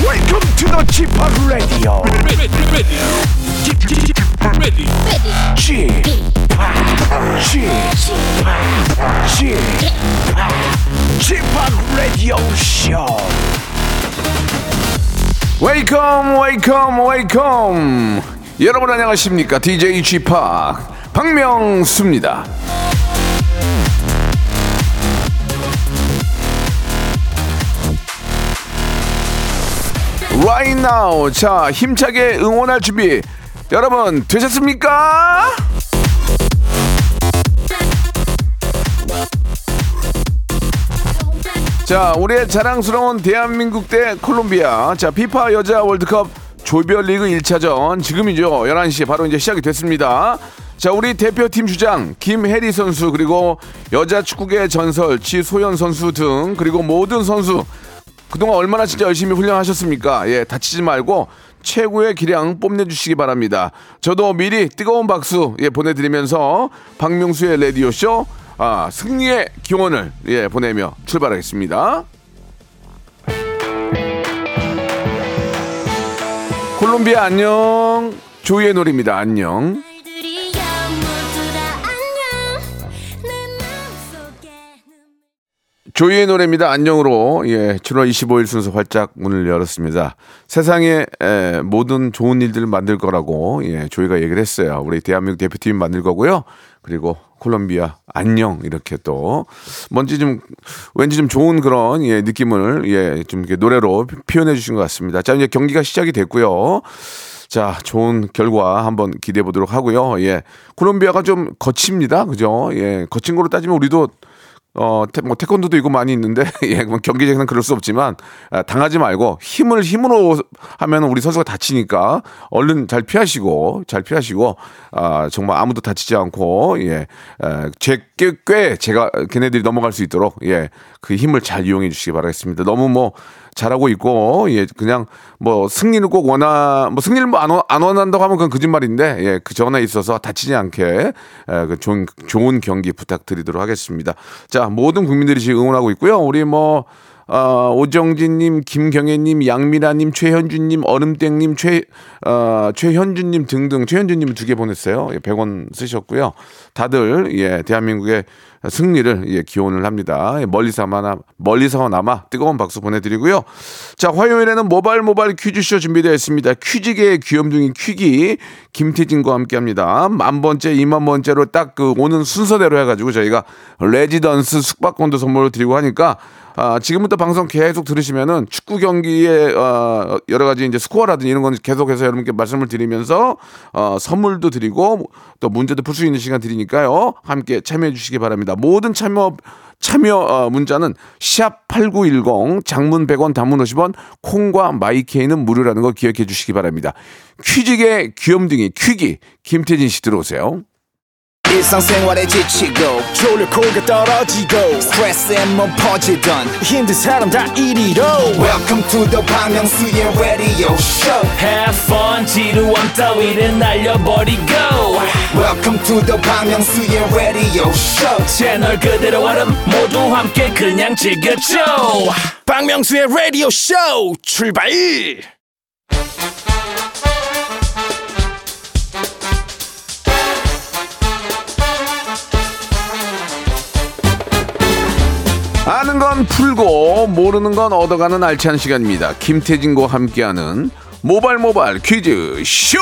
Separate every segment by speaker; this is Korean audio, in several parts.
Speaker 1: Welcome to the g p o p Radio.
Speaker 2: ready, ready, Keep- keep- keep ready.
Speaker 1: g p o p g p o p g p o p Radio Show.
Speaker 3: 웨이컴 웨이컴 웨이컴 여러분 안녕하십니까 DJ g p 박명수입니다 Right now 자 힘차게 응원할 준비 여러분 되셨습니까? 자, 우리의 자랑스러운 대한민국 대 콜롬비아. 자, 피파 여자 월드컵 조별리그 1차전 지금이죠. 11시에 바로 이제 시작이 됐습니다. 자, 우리 대표팀 주장 김혜리 선수 그리고 여자 축구계 전설 지소연 선수 등 그리고 모든 선수 그동안 얼마나 진짜 열심히 훈련하셨습니까? 예, 다치지 말고 최고의 기량 뽐내주시기 바랍니다. 저도 미리 뜨거운 박수 예, 보내드리면서 박명수의 라디오쇼 아, 승리의 기원을 예, 보내며 출발하겠습니다. 콜롬비아 안녕 조이의 노래입니다. 안녕.
Speaker 4: 아이들이야 모두 다 안녕 내 마음속에는
Speaker 3: 조이의 노래입니다. 안녕으로 예, 7월 25일 순서 활짝 문을 열었습니다. 세상에 에, 모든 좋은 일들을 만들 거라고 예, 조이가 얘기를 했어요. 우리 대한민국 대표팀 만들 거고요. 그리고 콜롬비아 안녕 이렇게 또 뭔지 좀 왠지 좀 좋은 그런 예, 느낌을 예, 좀 이렇게 노래로 표현해 주신 것 같습니다. 자 이제 경기가 시작이 됐고요. 자, 좋은 결과 한번 기대해 보도록 하고요. 예. 콜롬비아가 좀 거칩니다. 그죠? 예. 거친 거로 따지면 우리도 어, 태, 뭐 태권도도 있고 많이 있는데 예, 뭐 경기장에서는 그럴 수 없지만 아, 당하지 말고 힘을 힘으로 하면 우리 선수가 다치니까 얼른 잘 피하시고 잘 피하시고 아, 정말 아무도 다치지 않고 예, 제꽤 꽤 제가 걔네들이 넘어갈 수 있도록 예, 그 힘을 잘 이용해 주시기 바라겠습니다. 너무 뭐 잘하고 있고 예 그냥 뭐 승리를 꼭 원하 뭐 승리를 뭐안 원- 안 원한다고 하면 그건 거짓말인데 예그 전에 있어서 다치지 않게 예, 그 좋은 좋은 경기 부탁드리도록 하겠습니다 자 모든 국민들이 지금 응원하고 있고요 우리 뭐 어, 오정진님, 김경애님, 양미라님, 최현준님, 얼음땡님, 최, 어, 최현준님 등등, 최현준님 두 개 보냈어요. 예, 100원 쓰셨고요. 다들, 예, 대한민국의 승리를, 예, 기원을 합니다. 예, 멀리서마나, 멀리서나마 뜨거운 박수 보내드리고요. 자, 화요일에는 모발 모발 퀴즈쇼 준비되어 있습니다. 퀴즈계의 귀염둥이 퀴기, 김태진과 함께 합니다. 만번째, 이만번째로 딱 그 오는 순서대로 해가지고 저희가 레지던스 숙박권도 선물로 드리고 하니까 아, 지금부터 방송 계속 들으시면은 축구 경기의 어, 여러 가지 이제 스코어라든지 이런 건 계속해서 여러분께 말씀을 드리면서 어, 선물도 드리고 또 문제도 풀 수 있는 시간 드리니까요. 함께 참여해 주시기 바랍니다. 모든 참여 참여 어, 문자는 샵8910 장문 100원 단문 50원 콩과 마이케이는 무료라는 거 기억해 주시기 바랍니다. 퀴직의 귀염둥이 퀴기 김태진 씨 들어오세요.
Speaker 5: 일상생활에 지치고, 졸려 코가 떨어지고, 스트레스에 몸 퍼지던, 힘든 사람 다 이리로. welcome to the Bang Myung-soo's radio show
Speaker 6: Have fun 지루한 따위를 날려버리고
Speaker 5: welcome to the Bang Myung-soo's radio show
Speaker 6: 채널 그대로 얼음 모두 함께 그냥 즐겨줘
Speaker 2: 박명수의 라디오 쇼 출발!
Speaker 3: 아는 건 풀고 모르는 건 얻어가는 알찬 시간입니다. 김태진과 함께하는 모발 모발 퀴즈 쇼.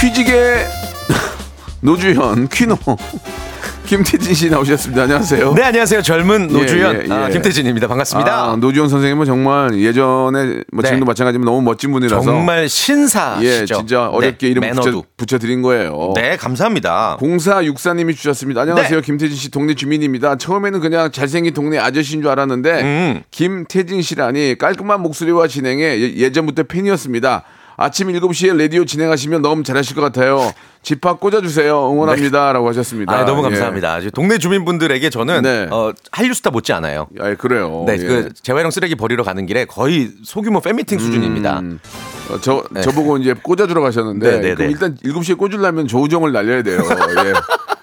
Speaker 3: 퀴즈계 노주현 퀴노 김태진 씨 나오셨습니다. 안녕하세요.
Speaker 7: 네 안녕하세요 젊은 노주현
Speaker 3: 어? 예, 예,
Speaker 7: 아,
Speaker 3: 예.
Speaker 7: 김태진입니다 반갑습니다
Speaker 3: 아, 노주현 선생님은 정말 예전에 뭐
Speaker 7: 네.
Speaker 3: 지금도 마찬가지지만 너무 멋진 분이라서
Speaker 7: 정말 신사시죠
Speaker 3: 예, 진짜 어렵게
Speaker 7: 네,
Speaker 3: 이름
Speaker 7: 매너도
Speaker 3: 붙여, 드린 거예요.
Speaker 7: 네 감사합니다
Speaker 3: 공사 육사님이 주셨습니다. 안녕하세요,
Speaker 7: 네.
Speaker 3: 김태진 씨 동네 주민입니다. 처음에는 그냥 잘생긴 동네 아저씨인 줄 알았는데
Speaker 7: 음.
Speaker 3: 김태진 씨라니 깔끔한 목소리와 진행에 예- 예전부터 팬이었습니다. 아침 7시에 라디오 진행하시면 너무 잘하실 것 같아요. 집합 꽂아주세요. 응원합니다. 라고 하셨습니다.
Speaker 7: 아, 너무
Speaker 3: 예.
Speaker 7: 감사합니다. 아주 동네 주민분들에게 저는
Speaker 3: 네.
Speaker 7: 어, 한류 스타 못지 않아요.
Speaker 3: 아, 그래요.
Speaker 7: 네,
Speaker 3: 예.
Speaker 7: 그 재활용 쓰레기 버리러 가는 길에 거의 소규모
Speaker 3: 음,
Speaker 7: 팬미팅 수준입니다.
Speaker 3: 어, 저, 저보고 이제 꽂아주러 가셨는데
Speaker 7: 네, 네,
Speaker 3: 그럼
Speaker 7: 네.
Speaker 3: 일단 7시에 꽂으려면 조우정을 날려야 돼요. 예.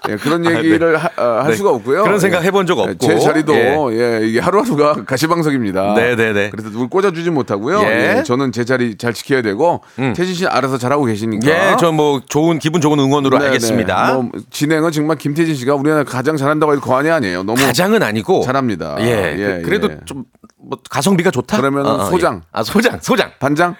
Speaker 3: 예, 그런 얘기를 하- 아, 할
Speaker 7: 네.
Speaker 3: 수가 없고요.
Speaker 7: 그런 생각
Speaker 3: 예.
Speaker 7: 해본 적
Speaker 3: 예,
Speaker 7: 없고.
Speaker 3: 제 자리도
Speaker 7: 예.
Speaker 3: 예, 이게 하루하루가 가시방석입니다.
Speaker 7: 네, 네, 네.
Speaker 3: 그래서 누굴 꽂아주지 못하고요.
Speaker 7: 예. 음.
Speaker 3: 예, 저는 제 자리 잘 지켜야 되고 태진 씨는 알아서 잘하고 계시니까.
Speaker 7: 예, 저 뭐 좋은 기분 좋은 응원으로
Speaker 3: 네,
Speaker 7: 알겠습니다.
Speaker 3: 네. 뭐 진행은 정말 김태진 씨가 우리나라 가장 잘한다고 해도 과언이 아니에요. 너무
Speaker 7: 가장은 아니고
Speaker 3: 뭐 잘합니다.
Speaker 7: 예,
Speaker 3: 예,
Speaker 7: 그, 래도
Speaker 3: 예.
Speaker 7: 좀 뭐 가성비가 좋다.
Speaker 3: 그러면은 소장.
Speaker 7: 예. 아 소장, 소장,
Speaker 3: 반장,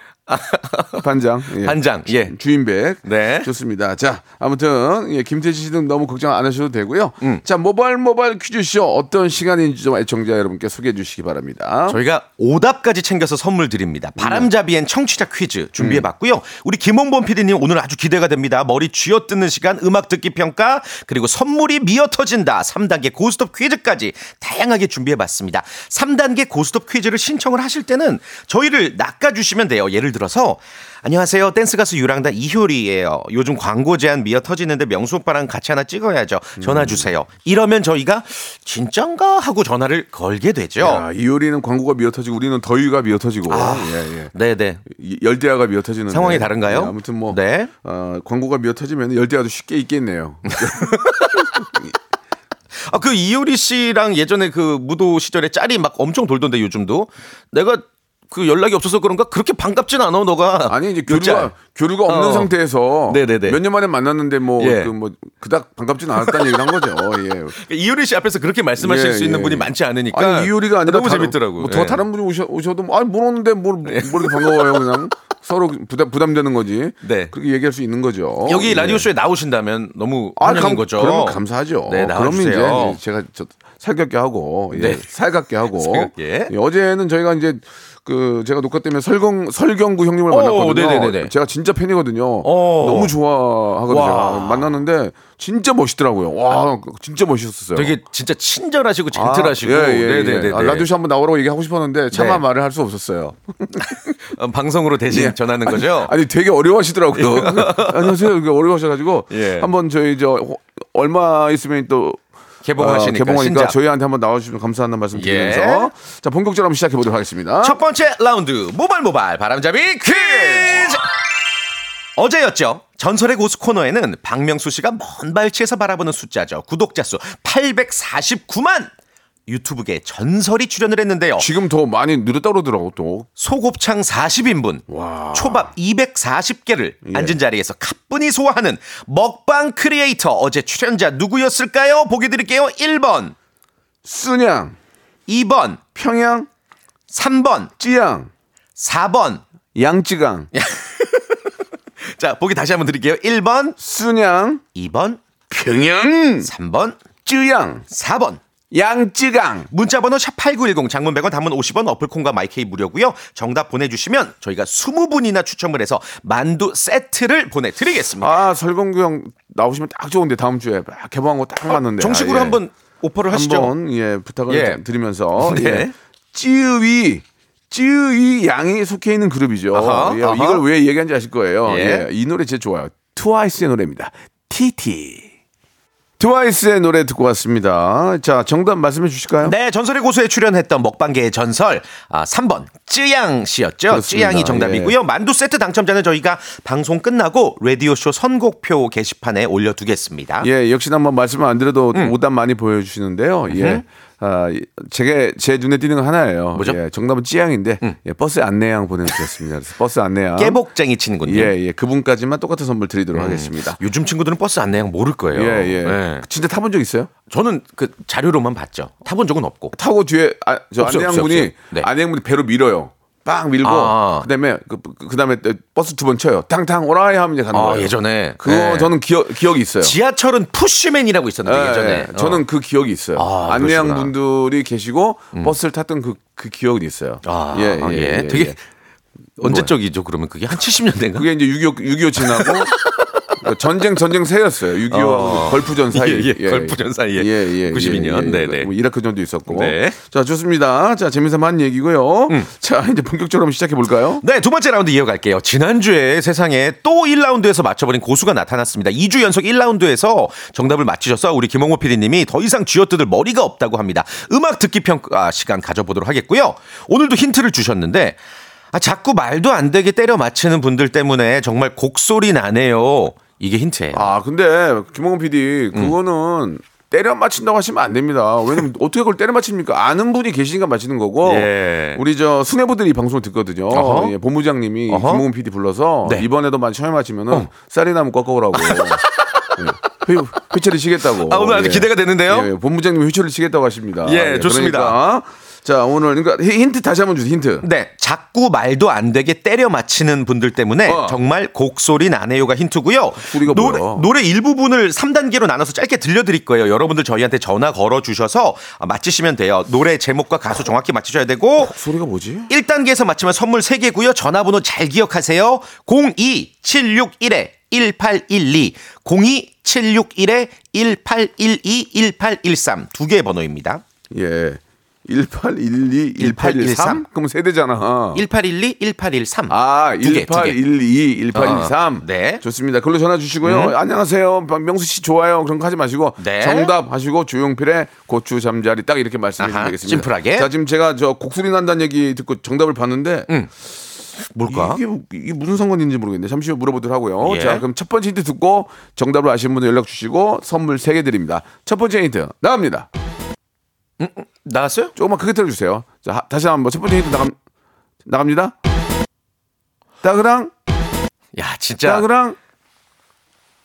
Speaker 3: 반장, 예.
Speaker 7: 반장. 예,
Speaker 3: 주인백.
Speaker 7: 네.
Speaker 3: 좋습니다. 자, 아무튼 예, 김태진 씨는 너무 걱정 안 하셔도 되고요.
Speaker 7: 음.
Speaker 3: 자, 모발 모발 퀴즈쇼 어떤 시간인지 좀 애청자 여러분께 소개해 주시기 바랍니다.
Speaker 7: 저희가 오답까지 챙겨서 선물 드립니다. 바람잡이엔 청취자 퀴즈 준비해봤고요. 우리 김홍범 PD님 오늘 아주 기대가 됩니다. 머리 쥐어뜯는 시간, 음악 듣기 평가, 그리고 선물이 미어터진다. 3단계 고스톱 퀴즈까지 다양하게 준비해봤습니다. 3단계 고스톱 퀴즈를 신청을 하실 때는 저희를 낚아주시면 돼요. 예를 들어서 안녕하세요. 댄스 가수 유랑다 이효리예요. 요즘 광고 제한 미어 터지는데 명수 오빠랑 같이 하나 찍어야죠. 전화 주세요. 이러면 저희가 진짠가 하고 전화를 걸게 되죠.
Speaker 3: 야, 어. 이효리는 광고가 미어터지고 우리는 더위가 미어터지고 예, 예.
Speaker 7: 네네.
Speaker 3: 이- 열대야가 미어터지는
Speaker 7: 아. 상황이 다른가요?
Speaker 3: 예, 아무튼 뭐
Speaker 7: 네.
Speaker 3: 어, 광고가 미어터지면 열대야도 쉽게 있겠네요.
Speaker 7: 아, 그 이효리 씨랑 예전에 그 무도 시절에 짤이 막 엄청 돌던데 요즘도 내가 그 연락이 없어서 그런가 그렇게 반갑진 않아 너가
Speaker 3: 아니 이제
Speaker 7: 요
Speaker 3: 교류가
Speaker 7: 짤.
Speaker 3: 교류가 없는
Speaker 7: 어.
Speaker 3: 상태에서
Speaker 7: 네네네.
Speaker 3: 몇 년 만에 만났는데 뭐 그 뭐
Speaker 7: 예.
Speaker 3: 그닥 반갑진 않았다는 얘기를 한 거죠. 예.
Speaker 7: 그러니까 이효리 씨 앞에서 그렇게 말씀하실
Speaker 3: 예,
Speaker 7: 수 있는
Speaker 3: 예,
Speaker 7: 분이
Speaker 3: 예.
Speaker 7: 많지 않으니까
Speaker 3: 아니 이효리가 아니라
Speaker 7: 그러니까 너무
Speaker 3: 다른-
Speaker 7: 재밌더라고.
Speaker 3: 뭐더
Speaker 7: 예.
Speaker 3: 다른 분이 오셔, 오셔도 뭐, 아니 모르는데 뭘, 뭘 이렇게 반가워요 그냥 서로 부담 부담되는 거지.
Speaker 7: 네.
Speaker 3: 그렇게 얘기할 수 있는 거죠.
Speaker 7: 여기
Speaker 3: 예.
Speaker 7: 라디오 쇼에 나오신다면 너무
Speaker 3: 아,
Speaker 7: 환영인
Speaker 3: 감,
Speaker 7: 거죠.
Speaker 3: 그러면 감사하죠.
Speaker 7: 네,
Speaker 3: 그러면 이제
Speaker 7: 나와주세요.
Speaker 3: 제가 저 살갑게 하고, 예,
Speaker 7: 네.
Speaker 3: 살갑게 하고.
Speaker 7: 살갑게.
Speaker 3: 예, 어제는 저희가 이제 그 제가 녹화 때문에 설경 설경구 형님을
Speaker 7: 오,
Speaker 3: 만났거든요.
Speaker 7: 어, 네네네네.
Speaker 3: 제가 진짜 팬이거든요.
Speaker 7: 오.
Speaker 3: 너무 좋아하거든요.
Speaker 7: 와.
Speaker 3: 만났는데 진짜 멋있더라고요. 와, 진짜 멋있었어요.
Speaker 7: 되게 진짜 친절하시고
Speaker 3: 아,
Speaker 7: 젠틀하시고
Speaker 3: 예, 예, 예.
Speaker 7: 네네네
Speaker 3: 아, 라디오쇼 한번 나오라고 얘기하고 싶었는데 차마
Speaker 7: 네.
Speaker 3: 말을 할 수 없었어요.
Speaker 7: 음, 방송으로 대신 전하는 거죠.
Speaker 3: 예. 아니 되게 어려워하시더라고요. 안녕하세요. 이렇게 어려워하셔가지고
Speaker 7: 예.
Speaker 3: 한번 저희 저 호- 얼마 있으면 또
Speaker 7: 개봉하시니까,
Speaker 3: 어, 개봉하니까
Speaker 7: 신작. 예.
Speaker 3: 저희한테 한번 나와주시면 감사하다는 말씀 드리면서 자 본격적으로 한번 시작해 보도록 하겠습니다.
Speaker 7: 첫 번째 라운드 모발 모발 바람잡이 퀴즈 어제였죠 전설의 고수 코너에는 박명수 씨가 먼 발치에서 바라보는 숫자죠 구독자 수 849만 유튜브계 전설이 출연을 했는데요
Speaker 3: 지금 더 많이 늘었다 그러더라고 또.
Speaker 7: 소곱창 40인분 초밥 240개를 앉은 자리에서 가뿐히 소화하는 먹방 크리에이터 어제 출연자 누구였을까요 보기 드릴게요 1번
Speaker 3: 순양,
Speaker 7: 2번
Speaker 3: 평양,
Speaker 7: 3번
Speaker 3: 찌양,
Speaker 7: 4번
Speaker 3: 양쯔강,
Speaker 7: 자 보기 다시 한번 드릴게요 1번
Speaker 3: 순양,
Speaker 7: 2번
Speaker 3: 평양,
Speaker 7: 3번,
Speaker 3: 쯔양,
Speaker 7: 4번.
Speaker 3: 양쯔강.
Speaker 7: 문자번호 샵8910 장문 100원 단문 50원 어플콘과 마이케이 무료고요. 정답 보내주시면 저희가 20분이나 추첨을 해서 만두 세트를 보내드리겠습니다.
Speaker 3: 아 설건구 형 나오시면 딱 좋은데 다음 주에 막 개봉한 거 딱 맞는데.
Speaker 7: 어, 정식으로
Speaker 3: 아, 예.
Speaker 7: 한번 오퍼를 하시죠.
Speaker 3: 한번 예 부탁을
Speaker 7: 예.
Speaker 3: 드리면서
Speaker 7: 네.
Speaker 3: 예. 쯔위 쯔위 양이 속해 있는 그룹이죠.
Speaker 7: 아하,
Speaker 3: 예,
Speaker 7: 아하.
Speaker 3: 이걸 왜 얘기한지 아실 거예요.
Speaker 7: 예.
Speaker 3: 예, 이 노래 진짜 좋아요. 트와이스의 노래입니다. TT. 트와이스의 노래 듣고 왔습니다. 자 정답 말씀해 주실까요?
Speaker 7: 네, 전설의 고수에 출연했던 먹방계의 전설 아, 3번 쯔양 씨였죠.
Speaker 3: 그렇습니다. 예.
Speaker 7: 쯔양이 정답이고요. 만두 세트 당첨자는 저희가 방송 끝나고 라디오 쇼 선곡표 게시판에 올려두겠습니다.
Speaker 3: 예, 역시나 뭐 말씀을 안 드려도
Speaker 7: 음.
Speaker 3: 오답 많이 보여주시는데요. 예. 아, 이- 제게 제 눈에 띄는 건 하나예요.
Speaker 7: 뭐죠? 음.
Speaker 3: 예, 정답은 찌양인데 예, 버스 안내양 보내주셨습니다. 그래서 버스 안내양
Speaker 7: 깨복쟁이 친구님. 음,
Speaker 3: 예, 예. 그분까지만 똑같은 선물 드리도록 하겠습니다.
Speaker 7: 요즘 친구들은 버스 안내양 모를 어, 거예요.
Speaker 3: 예, 예.
Speaker 7: 네.
Speaker 3: 진짜 타본 적 있어요?
Speaker 7: 저는 그 자료로만 봤죠. 타본 적은 없고.
Speaker 3: 타고 뒤에 아, 저
Speaker 7: 없어요,
Speaker 3: 안내양분이
Speaker 7: 없어요, 없어요. 네.
Speaker 3: 안내양분이 배로 밀어요. 빵 밀고
Speaker 7: 아.
Speaker 3: 그다음에 그, 그- 그다음에 버스 두 번 쳐요. 탕탕 오라이 하면 이제 가는
Speaker 7: 아,
Speaker 3: 거예요.
Speaker 7: 예전에.
Speaker 3: 그거
Speaker 7: 네.
Speaker 3: 저는 기억 기억이 있어요.
Speaker 7: 지하철은 푸시맨이라고 있었는데
Speaker 3: 예,
Speaker 7: 예전에.
Speaker 3: 예. 저는
Speaker 7: 어.
Speaker 3: 그 기억이 있어요.
Speaker 7: 아,
Speaker 3: 안내양
Speaker 7: 그러시구나. 음.
Speaker 3: 분들이 계시고 버스를 탔던 그, 그 기억이 있어요.
Speaker 7: 아, 예, 예, 되게 언제적이죠? 그러면 그게 한 70년대인가?
Speaker 3: 그게 이제 6.25, 6.25 지나고 그러니까 전쟁 전쟁 새였어요. 6.25 하고
Speaker 7: 어.
Speaker 3: 걸프전 사이에.
Speaker 7: 예, 예, 걸프전 사이에. 92년. 네, 네.
Speaker 3: 뭐 이라크전도 있었고.
Speaker 7: 네. 음.
Speaker 3: 자 좋습니다. 자 재미삼아 한 얘기고요. 자 이제 본격적으로 한번 시작해 볼까요?
Speaker 7: 네, 두 번째 라운드 이어갈게요. 지난주에 세상에 또 1라운드에서 맞춰버린 고수가 나타났습니다. 2주 연속 1라운드에서 정답을 맞히셔서 우리 김홍호 PD님이 더 이상 쥐어뜯을 머리가 없다고 합니다. 음악 듣기 평가 시간 가져보도록 하겠고요. 오늘도 힌트를 주셨는데, 아, 자꾸 말도 안 되게 때려 맞히는 분들 때문에 정말 곡소리 나네요. 이게 힌트예요.
Speaker 3: 아 근데 김홍원 PD
Speaker 7: 음.
Speaker 3: 그거는 때려 맞힌다고 하시면 안 됩니다. 왜냐면 어떻게 그걸 때려 맞힙니까? 아는 분이 계시니까 맞히는 거고
Speaker 7: 예.
Speaker 3: 우리 저 수뇌부들이 이 방송을 듣거든요.
Speaker 7: 어허.
Speaker 3: 예, 본부장님이
Speaker 7: 어허.
Speaker 3: 김홍원 PD 불러서
Speaker 7: 네. 어.
Speaker 3: 이번에도 많이 처음 맞히면은 쌀이나무 꺾어오라고. 예. 휘- 휘철을 치겠다고.
Speaker 7: 아, 오늘 아주 기대가 되는데요?
Speaker 3: 예, 예. 본부장님이 휘철을 치겠다고 하십니다.
Speaker 7: 예, 좋습니다.
Speaker 3: 그러니까 자, 오늘 그러니까 히- 힌트 다시 한번 주세요. 힌트.
Speaker 7: 네, 자꾸 말도 안 되게 때려 맞히는 분들 때문에
Speaker 3: 어.
Speaker 7: 정말 곡소리 나네요가 힌트고요.
Speaker 3: 소리가
Speaker 7: 노래,
Speaker 3: 뭐야?
Speaker 7: 노래 일부분을 3단계로 나눠서 짧게 들려드릴 거예요. 여러분들 저희한테 전화 걸어주셔서 아, 맞히시면 돼요. 노래 제목과 가수 정확히 맞히셔야 되고
Speaker 3: 소리가 뭐지?
Speaker 7: 1단계에서 맞히면 선물 3개고요. 전화번호 잘 기억하세요. 02761에 1812, 02761에 1812, 1813. 두 개의 번호입니다.
Speaker 3: 예. 1812 1813? 그럼 세대잖아.
Speaker 7: 1812, 1813.
Speaker 3: 아,
Speaker 7: 두 개, 두 개.
Speaker 3: 1812, 1813.
Speaker 7: 어, 네. 음.
Speaker 3: 좋습니다. 글로 전화 주시고요. 안녕하세요. 명수 씨 좋아요. 그런 거 하지 마시고
Speaker 7: 네.
Speaker 3: 정답 하시고 주용필의 고추 잠자리 딱 이렇게 말씀해 주시면
Speaker 7: 아하,
Speaker 3: 되겠습니다.
Speaker 7: 심플하게.
Speaker 3: 자, 지금 제가 저 곡소리 난다는 얘기 듣고 정답을 봤는데
Speaker 7: 음, 뭘까?
Speaker 3: 이게, 이게 무슨 상관인지 모르겠는데 잠시 후 물어보도록 하고요.
Speaker 7: 예.
Speaker 3: 자, 그럼 첫 번째 힌트 듣고 정답을 아시는 분들 연락 주시고 선물 세 개 드립니다. 첫 번째 힌트 나갑니다.
Speaker 7: 나왔어요?
Speaker 3: 조금만 크게 틀어 주세요. 자, 하- 다시 한번 첫 번째 힌트 나감 나갑니다. 따그랑
Speaker 7: 야 진짜
Speaker 3: 따그랑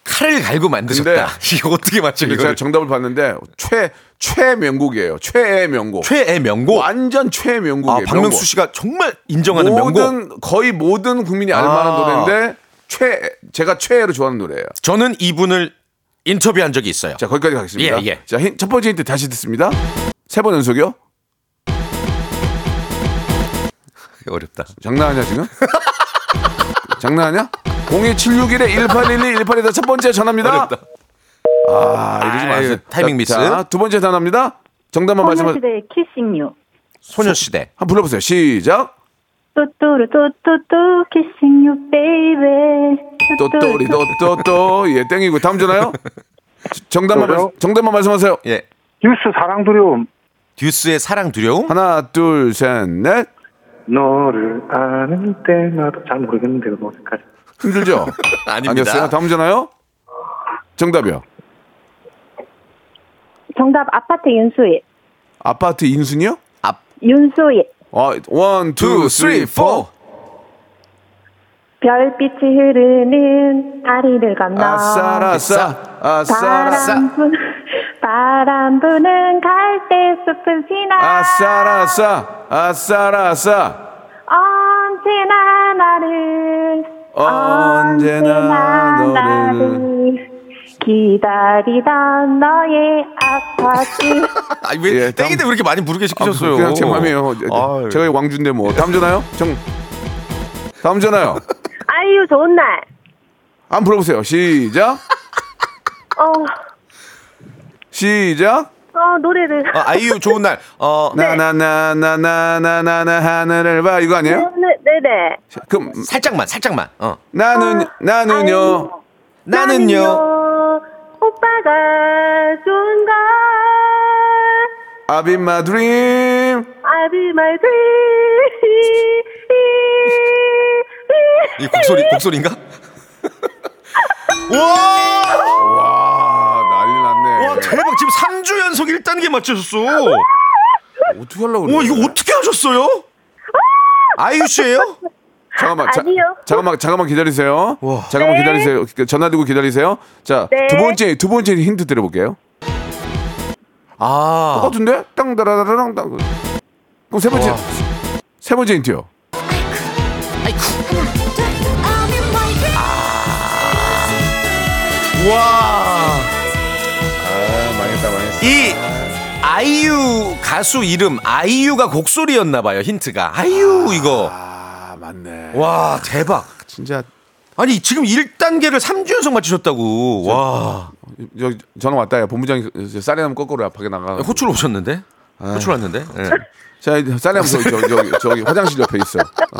Speaker 7: 칼을 갈고 만드셨다. 이거 어떻게 맞추는
Speaker 3: 제가
Speaker 7: 거예요?
Speaker 3: 정답을 봤는데 최 최명곡이에요. 최애 명곡.
Speaker 7: 최애 명곡.
Speaker 3: 완전 최애 명곡이에요.
Speaker 7: 아 박명수
Speaker 3: 명곡.
Speaker 7: 씨가 정말 인정하는 명곡.
Speaker 3: 모든 거의 모든 국민이 알
Speaker 7: 아.
Speaker 3: 만한 노래인데 최 제가 최애로 좋아하는 노래예요.
Speaker 7: 저는 이분을 인터뷰한 적이 있어요.
Speaker 3: 자 거기까지 가겠습니다.
Speaker 7: 예, 예.
Speaker 3: 자, 힌- 첫 번째 힌트 다시 듣습니다. 세 번 연속이요?
Speaker 7: 어렵다.
Speaker 3: 장난하냐 지금? 장난하냐? 02761에 1812 1812첫 번째 전화입니다.
Speaker 7: 어렵다.
Speaker 3: 아, 이러지 마세요.
Speaker 7: 아유, 예. 타이밍 미스.
Speaker 3: 자, 두 번째 단어입니다. 정답만 말씀하세요.
Speaker 8: 소녀시대의 키싱유.
Speaker 7: 소녀시대.
Speaker 3: 한번 불러보세요. 시작.
Speaker 8: 또또르 또또또 키싱유 베이베.
Speaker 3: 또또리 또또또 예 땡이고 다음 전화요. 지- 정답만 말,
Speaker 9: 저요?
Speaker 3: 정답만 말씀하세요.
Speaker 7: 예.
Speaker 9: 뉴스 사랑 두려움
Speaker 7: 듀스의 사랑 두려움.
Speaker 3: 하나 둘 셋 넷
Speaker 9: 너를 아는 때마다 잘 모르겠는데 그 노래까지
Speaker 3: 힘들죠?
Speaker 7: 아닙니다.
Speaker 3: 아니었어요? 다음 전화요. 정답이요.
Speaker 8: 정답 아파트 윤수예.
Speaker 3: 아파트 인순이요?
Speaker 8: 윤수예.
Speaker 3: 아, 원, 투, 쓰리, 포.
Speaker 8: 별빛이 흐르는 다리를 건너.
Speaker 3: 아, 아싸라싸, 아싸라싸,
Speaker 8: 바람 부 바람 부는 갈대 숲을
Speaker 3: 아,
Speaker 8: 지나.
Speaker 3: 아싸라싸, 아싸라싸.
Speaker 8: 언제나 나를
Speaker 3: 언제나 너를
Speaker 8: 기다리던 너의 아파트
Speaker 7: 아왜
Speaker 3: 예, 다음-
Speaker 7: 땡인데 왜 이렇게 많이 부르게 시키셨어요? 예,
Speaker 3: 그냥 제 맘이에요.
Speaker 7: 아유.
Speaker 3: 제가 왕주인데 뭐. 다음 전화요? 정. 다음 전화요.
Speaker 8: 아유 좋은 날
Speaker 3: 한번 불러보세요. 시작.
Speaker 8: 어,
Speaker 3: 시작.
Speaker 8: 어 노래를
Speaker 7: 아, 아이유 좋은 날. 어
Speaker 3: 나나나나나나나나 하늘을 봐 이거 아니에요?
Speaker 8: 네, 네네
Speaker 3: 그럼
Speaker 7: 살짝만 살짝만. 어.
Speaker 3: 나는 나는요.
Speaker 8: 아유,
Speaker 7: 나는요.
Speaker 8: 오빠가 좋은 걸
Speaker 3: I've been my dream.
Speaker 8: I'll be my dream
Speaker 7: 이 곡소리 곡소리인가? 와!
Speaker 3: 와 아, 난리 났네.
Speaker 7: 와 대박 지금 3주 연속 1단계 맞추셨어.
Speaker 3: 어떻게 하려고 그래?
Speaker 7: 와 이거 어떻게 하셨어요? 아이유 씨예요?
Speaker 3: 잠깐만. 자,
Speaker 8: 아니요.
Speaker 3: 잠깐만 잠깐만 기다리세요.
Speaker 7: 와.
Speaker 3: 잠깐만 기다리세요. 그, 전화 두고 기다리세요. 자,
Speaker 8: 네.
Speaker 3: 두 번째 두 번째 힌트 드려 볼게요.
Speaker 7: 아
Speaker 3: 똑같은데? 땅다라라랑 땅. 그럼 세 번째. 세 번째 힌트요.
Speaker 4: I'm in my dream.
Speaker 7: 이 아이유 가수 이름 아이유가 곡소리였나 봐요 힌트가 아이유 이거
Speaker 3: 아, 맞네.
Speaker 7: 와 대박
Speaker 3: 진짜
Speaker 7: 아니 지금 1단계를 3주 연속 맞추셨다고. 와.
Speaker 3: 저 전화 왔다. 야 본부장이 그, 저 쌀이나무 거꾸로 밖에 나가.
Speaker 7: 호출 오셨는데? 호출 왔는데? 예.
Speaker 3: 자, 이제 쌀이나무 저기, 저기, 저기, 저기 화장실 옆에 있어. 어,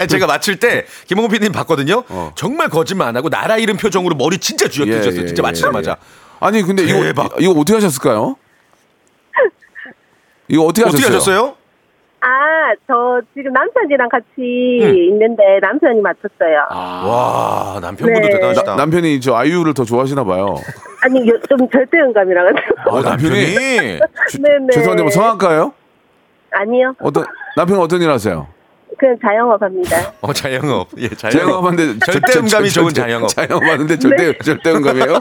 Speaker 7: 아니, 제가 맞힐 때 김홍 PD님 봤거든요.
Speaker 3: 어.
Speaker 7: 정말 거짓말 안 하고 나라 이름 표정으로 머리 진짜 쥐어뜨셨어요. 진짜 맞히자마자.
Speaker 3: 예, 아니 근데 이거
Speaker 7: 대박.
Speaker 3: 이거 어떻게 하셨을까요? 이거 어떻게 하셨어요?
Speaker 7: 어떻게 하셨어요?
Speaker 8: 아, 저 지금 남편이랑 같이 있는데 남편이 맞췄어요. 아.
Speaker 7: 와 남편분도
Speaker 8: 네.
Speaker 7: 대단하시다.
Speaker 3: 나- 남편이 저 아이유를 더 좋아하시나 봐요.
Speaker 8: 니좀 절대 응감이라 가지고.
Speaker 7: 어, 남편이
Speaker 3: 주-
Speaker 8: 네네.
Speaker 3: 죄송한데 뭐 성악가예요?
Speaker 8: 아니요.
Speaker 3: 어떤 남편은 어떤 일 하세요?
Speaker 8: 그냥 자영업합니다.
Speaker 7: 어 자영업 예 자영업.
Speaker 3: 자영업하는데 저-
Speaker 7: 절대
Speaker 3: 저-
Speaker 7: 음감이
Speaker 3: 저-
Speaker 7: 좋은
Speaker 3: 저-
Speaker 7: 자영업.
Speaker 3: 자영업하는데 절대
Speaker 8: 네.
Speaker 3: 절대 음감이에요?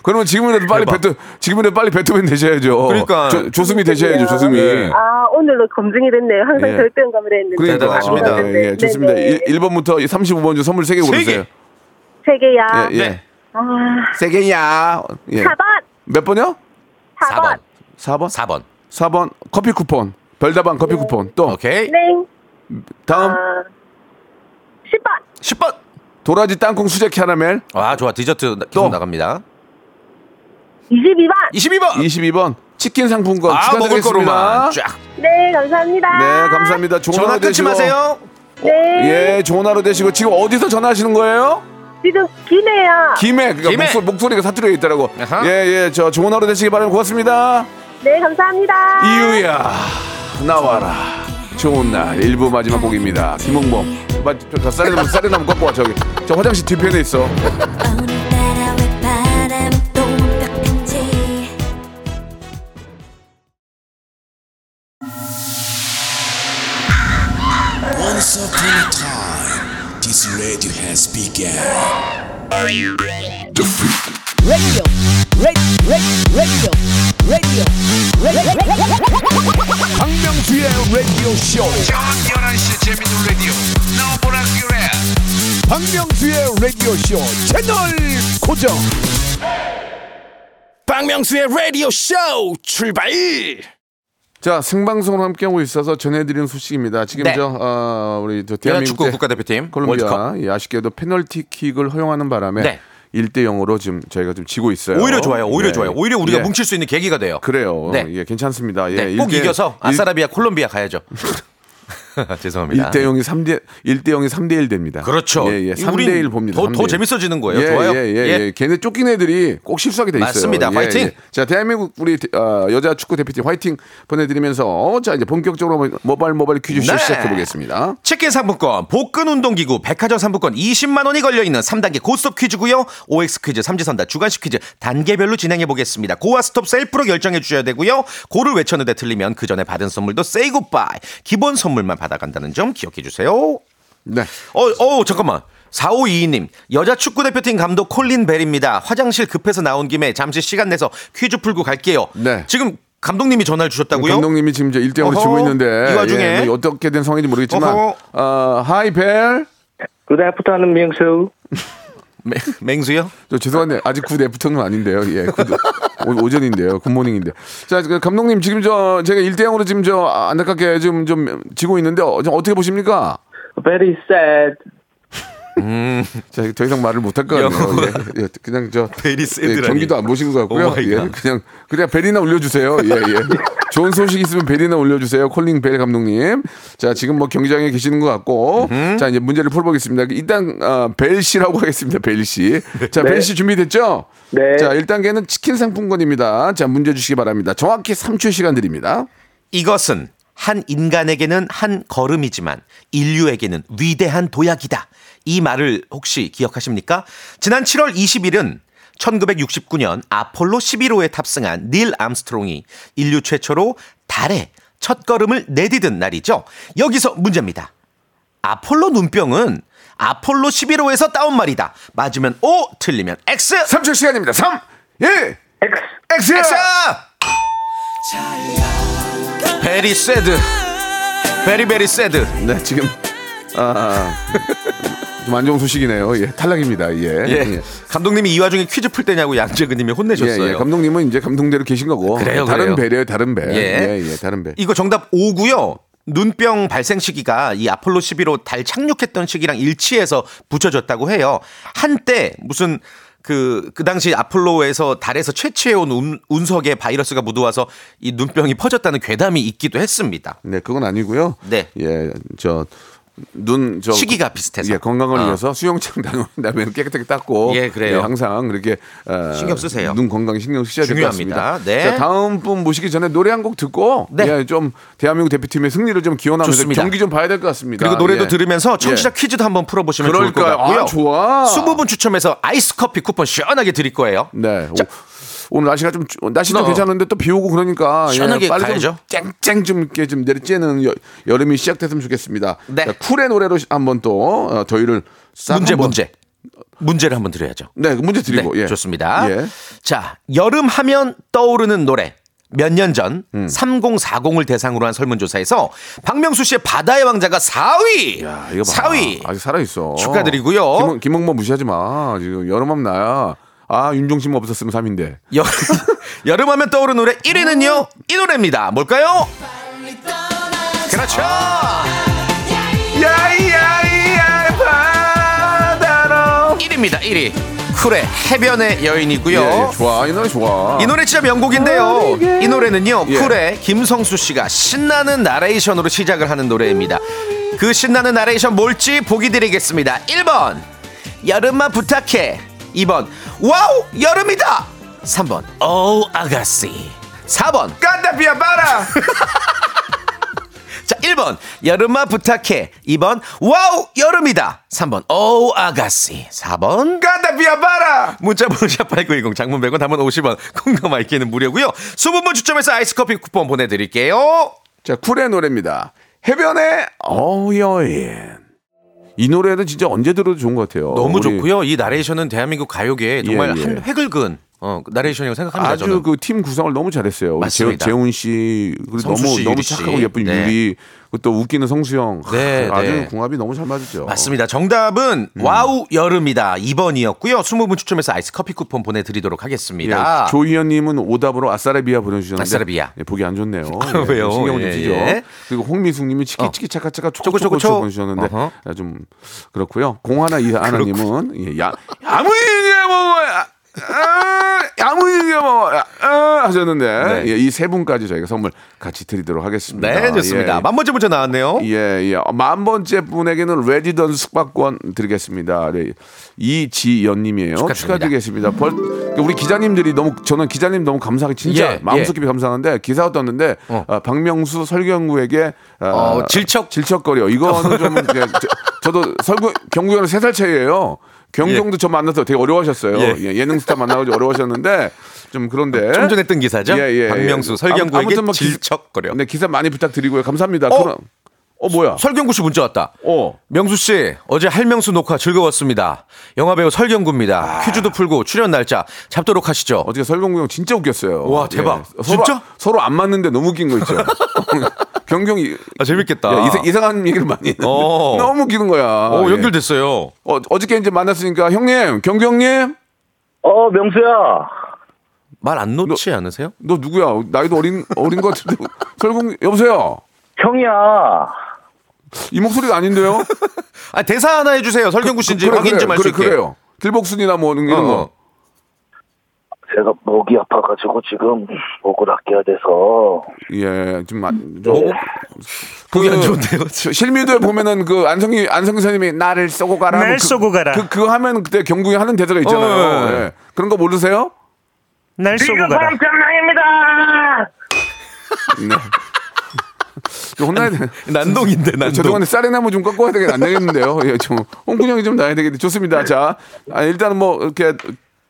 Speaker 3: 그러면 지금이라도 빨리
Speaker 7: 대박.
Speaker 3: 베토 지금이라도 빨리 베토벤 되셔야죠.
Speaker 7: 그러니까. 네.
Speaker 3: 조, 조수미 되셔야죠. 조수미.
Speaker 8: 아, 오늘로 검증이 됐네요. 항상
Speaker 3: 네. 예.
Speaker 8: 절대 응감을 했는데.
Speaker 3: 그러니까
Speaker 7: 대단하십니다.
Speaker 3: 아, 예, 예, 좋습니다.
Speaker 8: 네네.
Speaker 3: 1, 번부터 35번 중 선물 3개 고르세요.
Speaker 8: 세 개야.
Speaker 3: 예, 예.
Speaker 7: 네.
Speaker 3: 세 개야. 예.
Speaker 8: 4번!
Speaker 3: 몇 번이요?
Speaker 8: 4번!
Speaker 3: 4번?
Speaker 7: 4번.
Speaker 3: 4번 커피 쿠폰. 별다방 커피 쿠폰. 또
Speaker 7: 오케이.
Speaker 8: 네.
Speaker 3: 다음
Speaker 8: 예. 아, 10번!
Speaker 7: 10번.
Speaker 3: 도라지 땅콩 수제 캐러멜.
Speaker 7: 와 좋아 디저트 나- 계속
Speaker 3: 또.
Speaker 7: 나갑니다.
Speaker 8: 22번!
Speaker 7: 22번.
Speaker 3: 22번 치킨 상품권
Speaker 7: 아 먹을
Speaker 3: 축하드리겠습니다.
Speaker 7: 거로만 쫙.
Speaker 8: 네, 감사합니다.
Speaker 3: 네, 감사합니다. 좋은
Speaker 7: 전화
Speaker 3: 하루
Speaker 7: 끊지
Speaker 3: 되시고.
Speaker 7: 마세요.
Speaker 8: 네.
Speaker 3: 예, 좋은 하루 되시고 지금 어디서 전화하시는 거예요?
Speaker 8: 지금 기네요.
Speaker 3: 김해. 그러니까
Speaker 7: 김해.
Speaker 3: 목소, 목소리가 사투리가 있더라고.
Speaker 7: 아하.
Speaker 3: 예, 예. 저 좋은 하루 되시기 바랍니다. 고맙습니다.
Speaker 8: 네, 감사합니다.
Speaker 3: 이유야 나와라 좋은 날 1부 마지막 곡입니다 김홍범 나 쌀이나무 쌀이나무 꺾고 와 저기 저 화장실 뒤편에 있어
Speaker 4: 오늘따라 왜 바람 또 벽한지
Speaker 1: Once upon a time, this radio has begun.
Speaker 2: 박명수의 라디오 쇼. 저녁 11시 재밌는 라디오. 나보라 그래. 박명수의 라디오 쇼 채널 고정. 박명수의 라디오 쇼 출발.
Speaker 3: 자 생방송으로 함께하고 있어서 전해드리는 소식입니다 지금
Speaker 7: 네.
Speaker 3: 저 어, 우리 저 대한민국
Speaker 7: 대한축구
Speaker 3: 대-
Speaker 7: 국가대표팀 월드컵.
Speaker 3: 콜롬비아 예, 아쉽게도 페널티킥을 허용하는 바람에
Speaker 7: 네.
Speaker 3: 1대 0으로 지금 저희가 좀 지고 있어요
Speaker 7: 오히려 좋아요. 오히려
Speaker 3: 예.
Speaker 7: 좋아요. 오히려 우리가
Speaker 3: 예.
Speaker 7: 뭉칠 수 있는 계기가 돼요.
Speaker 3: 그래요
Speaker 7: 네.
Speaker 3: 예 괜찮습니다 예,
Speaker 7: 네, 꼭
Speaker 3: 일대-
Speaker 7: 이겨서
Speaker 3: 일-
Speaker 7: 아사라비아 콜롬비아 가야죠. 죄송합니다.
Speaker 3: 1대 0이 3대 1대 0이 3대 1 됩니다.
Speaker 7: 그렇죠.
Speaker 3: 예, 예. 3대
Speaker 7: 우린
Speaker 3: 1 봅니다.
Speaker 7: 더-
Speaker 3: 3대1.
Speaker 7: 더 재밌어지는 거예요.
Speaker 3: 예,
Speaker 7: 좋아요.
Speaker 3: 예, 예,
Speaker 7: 예.
Speaker 3: 예. 걔네 쫓긴 애들이 꼭 실수하게 돼 있어요.
Speaker 7: 맞습니다.
Speaker 3: 예,
Speaker 7: 화이팅!
Speaker 3: 예. 자, 대한민국 우리 어, 여자 축구 대표팀 화이팅 보내 드리면서 자, 이제 본격적으로 모발 모발 퀴즈 쇼
Speaker 7: 네.
Speaker 3: 시작해 보겠습니다.
Speaker 7: 치킨 상품권, 복근 운동기구, 백화점 상품권 20만 원이 걸려있는 3단계 고스톱 퀴즈고요. OX 퀴즈, 삼지선다, 주간식 퀴즈 단계별로 진행해 보겠습니다. 고와 스톱 셀프로 결정해 주셔야 되고요. 고를 외쳤는데 틀리면 그 전에 받은 선물도 세이 굿바이. 기본 선물만 받아간다는 점 기억해 주세요.
Speaker 3: 네.
Speaker 7: 어, 어, 잠깐만. 4522님, 여자 축구 대표팀 감독 콜린 벨입니다. 화장실 급해서 나온 김에 잠시 시간 내서 퀴즈 풀고 갈게요.
Speaker 3: 네. 음,
Speaker 7: 지금 감독님이 전화를 주셨다고요?
Speaker 3: 감독님이 지금 이제 1대 0으로
Speaker 7: 어허.
Speaker 3: 지고 있는데
Speaker 7: 이 와중에.
Speaker 3: 예, 뭐 어떻게 된 상황인지 모르겠지만
Speaker 7: 어허.
Speaker 3: 어, 하이 벨.
Speaker 9: 굿 애프터는 명수.
Speaker 7: 맹- 맹수요?
Speaker 3: 저 죄송한데 아직 굿 애프터는 아닌데요. 예, 굿 오- 오전인데요. 굿모닝인데. 자, 그 감독님 지금 저 제가 1대 0으로 지금 저 안타깝게 지금 좀 지고 있는데 어, 좀 어떻게 보십니까?
Speaker 9: Very sad.
Speaker 3: 자, 더 이상 말을 못할 것 같네요. 예, 예, 그냥 저
Speaker 7: 베리
Speaker 3: 예,
Speaker 7: 세드라니. Oh
Speaker 3: 경기도 안 보신 것
Speaker 7: 오
Speaker 3: 같고요.
Speaker 7: 마이
Speaker 3: 예,
Speaker 7: 갓.
Speaker 3: 그냥 그냥 벨이나 올려주세요. 예, 예. 좋은 소식 있으면 벨이나 올려주세요. 콜링 벨 감독님. 자, 지금 뭐 경기장에 계시는 것 같고, 자 이제 문제를 풀어보겠습니다. 일단 어, 벨 씨라고 하겠습니다. 벨 씨. 자, 벨 씨 준비됐죠?
Speaker 9: 네.
Speaker 3: 자, 1단계는 치킨 상품권입니다. 자, 문제 주시기 바랍니다. 정확히 3초 시간 드립니다.
Speaker 7: 이것은 한 인간에게는 한 걸음이지만 인류에게는 위대한 도약이다. 이 말을 혹시 기억하십니까? 지난 7월 20일은 1969년 아폴로 11호에 탑승한 닐 암스트롱이 인류 최초로 달에 첫 걸음을 내디딘 날이죠. 여기서 문제입니다. 아폴로 눈병은 아폴로 11호에서 따온 말이다. 맞으면 O, 틀리면 X.
Speaker 3: 3초 시간입니다. 3, 1,
Speaker 9: X.
Speaker 3: X!
Speaker 7: 엑스! 베리 새드. 베리 베리 새드.
Speaker 3: 네, 지금 아, 좀 안 좋은 소식이네요. 예, 탈락입니다. 예.
Speaker 7: 예.
Speaker 3: 예.
Speaker 7: 감독님이 이 와중에 퀴즈 풀 때냐고 양재근님이 혼내셨어요.
Speaker 3: 예, 예. 감독님은 이제 감독대로 계신 거고.
Speaker 7: 그래요,
Speaker 3: 다른
Speaker 7: 그래요.
Speaker 3: 배래요, 다른 배.
Speaker 7: 예.
Speaker 3: 예, 예, 다른 배.
Speaker 7: 이거 정답 5고요. 눈병 발생 시기가 이 아폴로 11호 달 착륙했던 시기랑 일치해서 붙여졌다고 해요. 한때 무슨 그, 그 당시 아폴로에서 달에서 채취해온 운, 운석에 바이러스가 묻어와서 이 눈병이 퍼졌다는 괴담이 있기도 했습니다.
Speaker 3: 네, 그건 아니고요.
Speaker 7: 네.
Speaker 3: 예, 저. 눈, 저.
Speaker 7: 시기가 비슷해서.
Speaker 3: 예, 건강을
Speaker 7: 아.
Speaker 3: 위해서 수영장 다녀온 다음에 깨끗하게 닦고.
Speaker 7: 예, 그래요.
Speaker 3: 항상 그렇게. 어,
Speaker 7: 신경 쓰세요.
Speaker 3: 눈 건강 신경 쓰셔야 될 것
Speaker 7: 중요합니다.
Speaker 3: 같습니다.
Speaker 7: 네.
Speaker 3: 자, 다음 분 모시기 전에 노래 한 곡 듣고.
Speaker 7: 네.
Speaker 3: 예, 좀 대한민국 대표팀의 승리를 좀 기원하면서
Speaker 7: 좋습니다.
Speaker 3: 경기 좀 봐야 될 것 같습니다.
Speaker 7: 그리고 노래도
Speaker 3: 예.
Speaker 7: 들으면서 청취자
Speaker 3: 예.
Speaker 7: 퀴즈도 한번 풀어보시면 좋을 것
Speaker 3: 그럴까요?
Speaker 7: 같고요.
Speaker 3: 아, 좋아.
Speaker 7: 20분 추첨해서 아이스 커피 쿠폰 시원하게 드릴 거예요.
Speaker 3: 네.
Speaker 7: 자.
Speaker 3: 오, 늘 날씨가 좀 추- 날씨 좀
Speaker 7: 어.
Speaker 3: 괜찮은데 또 비 오고 그러니까
Speaker 7: 시원하게
Speaker 3: 빨리
Speaker 7: 가야죠.
Speaker 3: 좀 쨍쨍 좀 이렇게 좀 내리쬐는 여, 여름이 시작됐으면 좋겠습니다.
Speaker 7: 네.
Speaker 3: 자, 쿨의 노래로 시- 한번 또 어, 저희를 싹
Speaker 7: 문제
Speaker 3: 한번-
Speaker 7: 문제 문제를 한번 드려야죠.
Speaker 3: 네, 문제 드리고
Speaker 7: 네,
Speaker 3: 예.
Speaker 7: 좋습니다.
Speaker 3: 예.
Speaker 7: 자, 여름 하면 떠오르는 노래. 몇 년 전
Speaker 3: 음.
Speaker 7: 3040을 대상으로 한 설문조사에서 박명수 씨의 바다의 왕자가 4위.
Speaker 3: 야, 이거 봐.
Speaker 7: 4위.
Speaker 3: 아직 살아 있어.
Speaker 7: 축하드리고요.
Speaker 3: 김홍, 김홍범 무시하지 마. 지금 여름하면 나야. 아, 윤종신 없었으면 3인데.
Speaker 7: 여, 여름 하면 떠오르는 노래 1위는요. 이 노래입니다. 뭘까요? 그렇죠. 야이야이야 바다로 1위입니다. 1위. 쿨의 해변의 여인이고요.
Speaker 3: 예, 예, 좋아. 이 노래 좋아.
Speaker 7: 어? 이 노래 진짜 명곡인데요. 이 노래는요.
Speaker 3: 예.
Speaker 7: 쿨의 김성수 씨가 신나는 나레이션으로 시작을 하는 노래입니다. 그 신나는 나레이션 뭘지 보기 드리겠습니다. 1번 여름만 부탁해. 2번 와우 여름이다. 3번 어우 아가씨. 4번 깐다비야 봐라. 자, 1번 여름아 부탁해. 2번 와우 여름이다. 3번 어우 아가씨. 4번 가다비야 봐라. 문자 번호샵 8910 장문 100원 단문 50원. 콩과 마이키는 무료고요. 20분 추첨해서 아이스 커피 쿠폰 보내 드릴게요.
Speaker 3: 자, 쿨의 노래입니다. 해변의 어여인. 이 노래는 진짜 언제 들어도 좋은 것 같아요.
Speaker 7: 너무
Speaker 3: 우리
Speaker 7: 좋고요. 이 나레이션은 대한민국 가요계에 정말
Speaker 3: 예, 예.
Speaker 7: 한 획을 그은 어, 나레이션이라고 생각합니다.
Speaker 3: 아주
Speaker 7: 저는.
Speaker 3: 그 팀 구성을 너무 잘했어요. 우리
Speaker 7: 맞습니다.
Speaker 3: 재, 훈씨 그리고
Speaker 7: 성수
Speaker 3: 너무
Speaker 7: 씨,
Speaker 3: 너무
Speaker 7: 유리 씨.
Speaker 3: 착하고 예쁜
Speaker 7: 네.
Speaker 3: 유리 그리고 또 웃기는 성수형
Speaker 7: 네,
Speaker 3: 아주
Speaker 7: 네.
Speaker 3: 궁합이 너무 잘 맞았죠.
Speaker 7: 맞습니다. 정답은 와우 여름이다 2번이었고요. 20분 추첨해서 아이스 커피 쿠폰 보내 드리도록
Speaker 3: 예,
Speaker 7: 하겠습니다.
Speaker 3: 조희연님은 오답으로 아싸라비아 보내주셨는데
Speaker 7: 아싸라비아.
Speaker 3: 예, 보기 안 좋네요.
Speaker 7: 아,
Speaker 3: 예,
Speaker 7: 왜요?
Speaker 3: 신경 좀
Speaker 7: 예, 어.
Speaker 3: 쓰죠.
Speaker 7: 예.
Speaker 3: 그리고 홍미숙님이 치키치키 차카차카
Speaker 7: 초코초코
Speaker 3: 초코초코
Speaker 7: 초.
Speaker 3: 보내주셨는데
Speaker 7: 어허.
Speaker 3: 아, 좀 그렇고요. 공하나 이하나님은 예, 야 야무지게 먹어야 아, 야무지게 먹어야 아, 하셨는데
Speaker 7: 네.
Speaker 3: 예, 이 세 분까지 저희가 선물 같이 드리도록 하겠습니다.
Speaker 7: 네, 좋습니다.
Speaker 3: 예.
Speaker 7: 만 번째 문제 나왔네요.
Speaker 3: 예, 예. 어, 만 번째 분에게는 레지던 숙박권 드리겠습니다. 네. 이지연님이에요.
Speaker 7: 축하드립니다.
Speaker 3: 축하드리겠습니다. 벌, 그러니까 우리 기자님들이 너무 저는 기자님 너무 감사하기 진짜
Speaker 7: 예,
Speaker 3: 마음속 깊이 감사하는데 기사가 떴는데
Speaker 7: 어.
Speaker 3: 아, 박명수 설경구에게 아,
Speaker 7: 어, 질척.
Speaker 3: 질척거려. 이거는 좀 이제 저, 도 설구 경구형은 세살 차이예요. 경종도 저 만나서 되게 어려워하셨어요.
Speaker 7: 예.
Speaker 3: 예. 능 스타 만나가지고 어려워하셨는데 좀 그런데
Speaker 7: 좀 전에 뜬 기사죠?
Speaker 3: 예, 예, 예.
Speaker 7: 박명수
Speaker 3: 아무-
Speaker 7: 설경구에게
Speaker 3: 아무튼 뭐 기-
Speaker 7: 질척거려.
Speaker 3: 네, 기사 많이 부탁드리고요. 감사합니다.
Speaker 7: 어?
Speaker 3: 그럼- 어 뭐야?
Speaker 7: 설경구 씨 문자 왔다.
Speaker 3: 어.
Speaker 7: 명수 씨 어제 할명수 녹화 즐거웠습니다. 영화 배우 설경구입니다. 퀴즈도 풀고 출연 날짜 잡도록
Speaker 3: 아.
Speaker 7: 하시죠.
Speaker 3: 어떻게 설경구 형 진짜 웃겼어요. 예.
Speaker 7: 와, 대박.
Speaker 3: 서로,
Speaker 7: 진짜?
Speaker 3: 서로 안 맞는데 너무 웃긴 거 있죠. 경경이
Speaker 7: 아, 재밌겠다.
Speaker 3: 이상, 한 얘기를 많이 했는데
Speaker 7: 어.
Speaker 3: 너무 웃기는 거야.
Speaker 7: 어
Speaker 3: 예.
Speaker 7: 연결됐어요.
Speaker 3: 어, 어저께 이제 만났으니까 형님, 경경님,
Speaker 9: 어, 명수야.
Speaker 7: 말 안 놓지 않으세요?
Speaker 3: 너 누구야? 나이도 어린 어린 것 같은데 설경 여보세요.
Speaker 9: 형이야.
Speaker 3: 이 목소리가 아닌데요?
Speaker 7: 아 대사 하나 해주세요. 설경구 씨인지
Speaker 3: 그래,
Speaker 7: 확인 좀
Speaker 3: 그래,
Speaker 7: 할 수
Speaker 3: 그래,
Speaker 7: 있게.
Speaker 3: 그래요. 들복순이나 뭐 이런
Speaker 7: 어,
Speaker 3: 거.
Speaker 7: 어.
Speaker 9: 제가 목이 아파가지고 지금 목을 아껴야 돼서.
Speaker 3: 예, 좀, 안- 좀
Speaker 7: 어, 보기
Speaker 3: 어.
Speaker 7: 안 좋은데요.
Speaker 3: 저- 실미도에 보면은 그 안성기 안성기 선생님이 나를 쏘고 가라.
Speaker 6: 날
Speaker 3: 뭐
Speaker 6: 쏘고 가라.
Speaker 3: 그 그거 하면 그때 경국이 하는 대사가 있잖아요.
Speaker 7: 아. 어, 예.
Speaker 3: 예. 그런 거 모르세요?
Speaker 6: 날 쏘고 가라.
Speaker 9: 평양입니다.
Speaker 3: 네. 좀그 혼나야
Speaker 7: 음.
Speaker 3: 돼.
Speaker 7: 난동인데 난동.
Speaker 3: 어, 죄송한데 쌀이나무 좀 꺾어야 되겠 안 되겠는데요. 예, 좀 홍군형이 좀 나야 되겠는데 좋습니다. 자, 아, 일단은 뭐 이렇게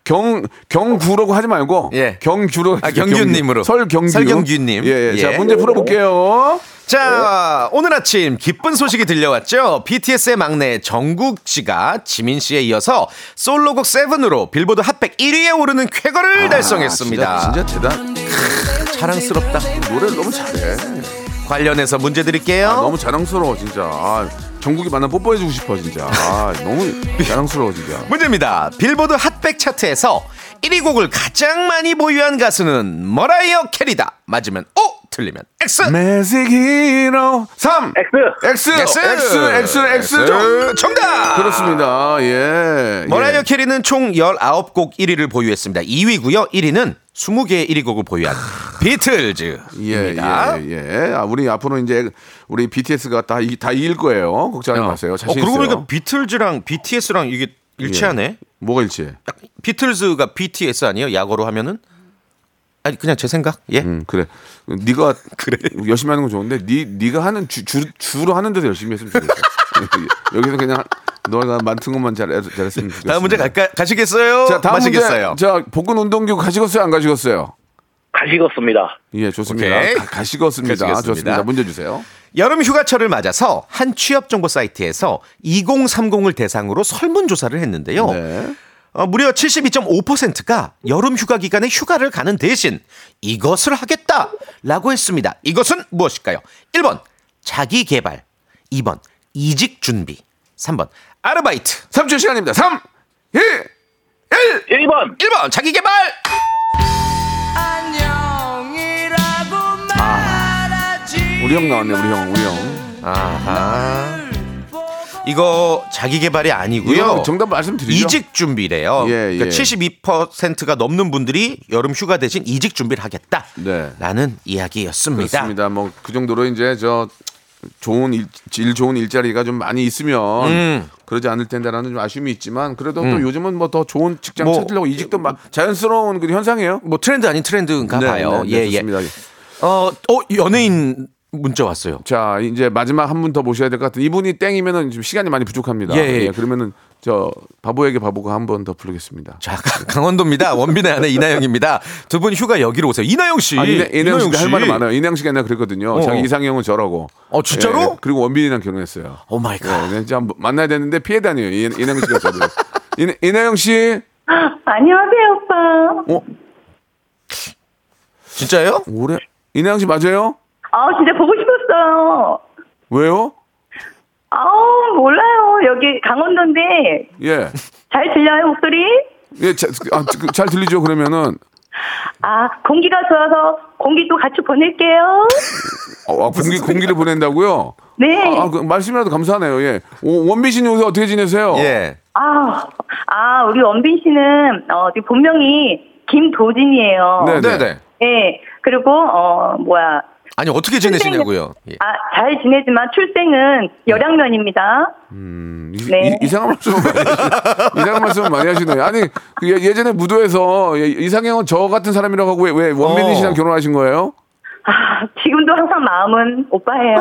Speaker 3: 경 경구라고 하지 말고
Speaker 7: 예.
Speaker 3: 경규로
Speaker 7: 아, 경규님으로.
Speaker 3: 설경규
Speaker 7: 설경규님.
Speaker 3: 예, 예. 자
Speaker 7: 예.
Speaker 3: 문제 풀어볼게요. 어?
Speaker 7: 자, 오늘 아침 기쁜 소식이 들려왔죠. BTS의 막내 정국 씨가 지민 씨에 이어서 솔로곡 세븐으로 빌보드 핫백 1위에 오르는 쾌거를 달성했습니다.
Speaker 3: 아, 진짜, 진짜 대단.
Speaker 7: 자랑스럽다.
Speaker 3: 노래를 너무 잘해.
Speaker 7: 관련해서 문제 드릴게요.
Speaker 3: 아, 너무 자랑스러워 진짜. 아, 정국이 만나 뽀뽀해주고 싶어 진짜. 아, 너무 자랑스러워 진짜.
Speaker 7: 뭐? 문제입니다. 빌보드 핫백 차트에서 1위 곡을 가장 많이 보유한 가수는 머라이어 캐리다. 맞으면 O, 틀리면 X.
Speaker 3: 매직 히로 3
Speaker 9: X.
Speaker 3: X X X X
Speaker 7: X. 정답.
Speaker 3: 그렇습니다. 예.
Speaker 7: 머라이어
Speaker 3: 예.
Speaker 7: 캐리는 총 19곡 1위를 보유했습니다. 2위고요. 1위는 20개의 1위 곡을 보유한 비틀즈.
Speaker 3: 예, 예, 예. 아, 우리 앞으로 이제 우리 BTS가 다, 이, 다 이길 거예요. 걱정하지 마세요.
Speaker 7: 어,
Speaker 3: 자신
Speaker 7: 그러고
Speaker 3: 있어요.
Speaker 7: 보니까 비틀즈랑 BTS랑 이게 일치하네.
Speaker 3: 뭐가 일치?
Speaker 7: 딱 비틀즈가 BTS 아니에요? 약어로 하면은? 아니 그냥 제 생각. 예.
Speaker 3: 음, 그래. 네가 그래. 열심히 하는 건 좋은데 네 네가 하는 주, 주 주로 하는 데서 열심히 했으면 좋겠어. 여기서 그냥 너가 많은 것만 잘 잘했으면 좋겠어.
Speaker 7: 다음 문제 갈까 가시겠어요?
Speaker 3: 자, 다음
Speaker 7: 마시겠어요?
Speaker 3: 문제. 자, 복근 운동기 가시겠어요? 안 가시겠어요?
Speaker 9: 가시겠습니다.
Speaker 3: 예, 좋습니다.
Speaker 7: 오케이.
Speaker 3: 가, 가시겠습니다.
Speaker 7: 가시겠습니다.
Speaker 3: 좋습니다. 문제 주세요.
Speaker 7: 여름 휴가철을 맞아서 한 취업 정보 사이트에서 2030을 대상으로 설문 조사를 했는데요.
Speaker 3: 네.
Speaker 7: 어, 무려 72.5%가 여름 휴가 기간에 휴가를 가는 대신 이것을 하겠다라고 했습니다. 이것은 무엇일까요? 1번 자기 개발, 2번 이직 준비, 3번 아르바이트.
Speaker 3: 3초 시간입니다. 3 2
Speaker 9: 1번.
Speaker 7: 1번 자기 개발.
Speaker 3: 우리 형 나왔네. 우리 형. 우리 형.
Speaker 7: 아하. 이거 자기 개발이 아니고요.
Speaker 3: 이거 정답 말씀드리죠.
Speaker 7: 이직 준비래요.
Speaker 3: 예, 예.
Speaker 7: 그러니까 72%가 넘는 분들이 여름 휴가 대신 이직 준비를
Speaker 3: 네.
Speaker 7: 하겠다라는 이야기였습니다.
Speaker 3: 그렇습니다. 뭐 그 정도로 이제 저 좋은 일, 일 좋은 일자리가 좀 많이 있으면 그러지 않을 텐데라는 좀 아쉬움이 있지만 그래도 또 요즘은 뭐 더 좋은 직장
Speaker 7: 뭐,
Speaker 3: 찾으려고 이직도 막 자연스러운 그 현상이에요.
Speaker 7: 뭐 트렌드 아닌 트렌드인가 봐요.
Speaker 3: 네, 네,
Speaker 7: 예,
Speaker 3: 좋습니다.
Speaker 7: 예. 어, 어, 연예인 문자 왔어요.
Speaker 3: 자 이제 마지막 한 분 더 모셔야 될 것 같은 이분이 땡이면은 지금 시간이 많이 부족합니다.
Speaker 7: 예, 예.
Speaker 3: 그러면은 저 바보에게 바보가 한 번 더 부르겠습니다.
Speaker 7: 자, 강- 강원도입니다. 원빈의 아내 이나영입니다. 두 분 휴가 여기로 오세요. 이나영 씨.
Speaker 3: 아, 이나- 이나영 씨가 할 말이 많아요. 이나영 씨가 옛날 그랬거든요.
Speaker 7: 어.
Speaker 3: 자기 이상형은 저라고.
Speaker 7: 어, 진짜로?
Speaker 3: 예, 그리고 원빈이랑 결혼했어요.
Speaker 7: 오 마이 갓.
Speaker 3: 네, 이제 한번 만나야 되는데 피해 다녀요. 이- 이나영 씨가 저도. 이- 이나영 씨,
Speaker 8: 안녕하세요, 오빠.
Speaker 3: 어
Speaker 7: 진짜요?
Speaker 3: 올해 이나영 씨 맞아요?
Speaker 8: 아, 진짜 보고 싶었어요.
Speaker 3: 왜요?
Speaker 8: 아우, 몰라요. 여기 강원도인데.
Speaker 3: 예,
Speaker 8: 잘 들려요, 목소리?
Speaker 3: 예, 자, 아, 그, 잘 들리죠? 그러면은
Speaker 8: 아, 공기가 좋아서 공기 또 같이 보낼게요.
Speaker 3: 어, 아, 공기 공기를 보낸다고요?
Speaker 8: 네.
Speaker 3: 아, 그, 말씀이라도 감사하네요. 예, 오, 원빈 씨는 요새 어떻게 지내세요?
Speaker 7: 예.
Speaker 8: 아, 아, 우리 원빈 씨는, 어, 지금 본명이 김도진이에요.
Speaker 3: 네,
Speaker 7: 네,
Speaker 3: 네.
Speaker 7: 네.
Speaker 8: 예, 그리고, 어, 뭐야.
Speaker 7: 아니, 어떻게 지내시냐고요. 예.
Speaker 8: 아, 잘 지내지만 출생은 열양면입니다.
Speaker 3: 음, 이,
Speaker 8: 네.
Speaker 3: 이, 이상한 말씀 많이 하시- 이상한 말씀 많이 하시네요. 아니 그 예, 예전에 무도에서 예, 이상형은 저 같은 사람이라고 하고 왜, 왜 원빈
Speaker 7: 어.
Speaker 3: 씨랑 결혼하신 거예요?
Speaker 8: 아, 지금도 항상 마음은 오빠예요.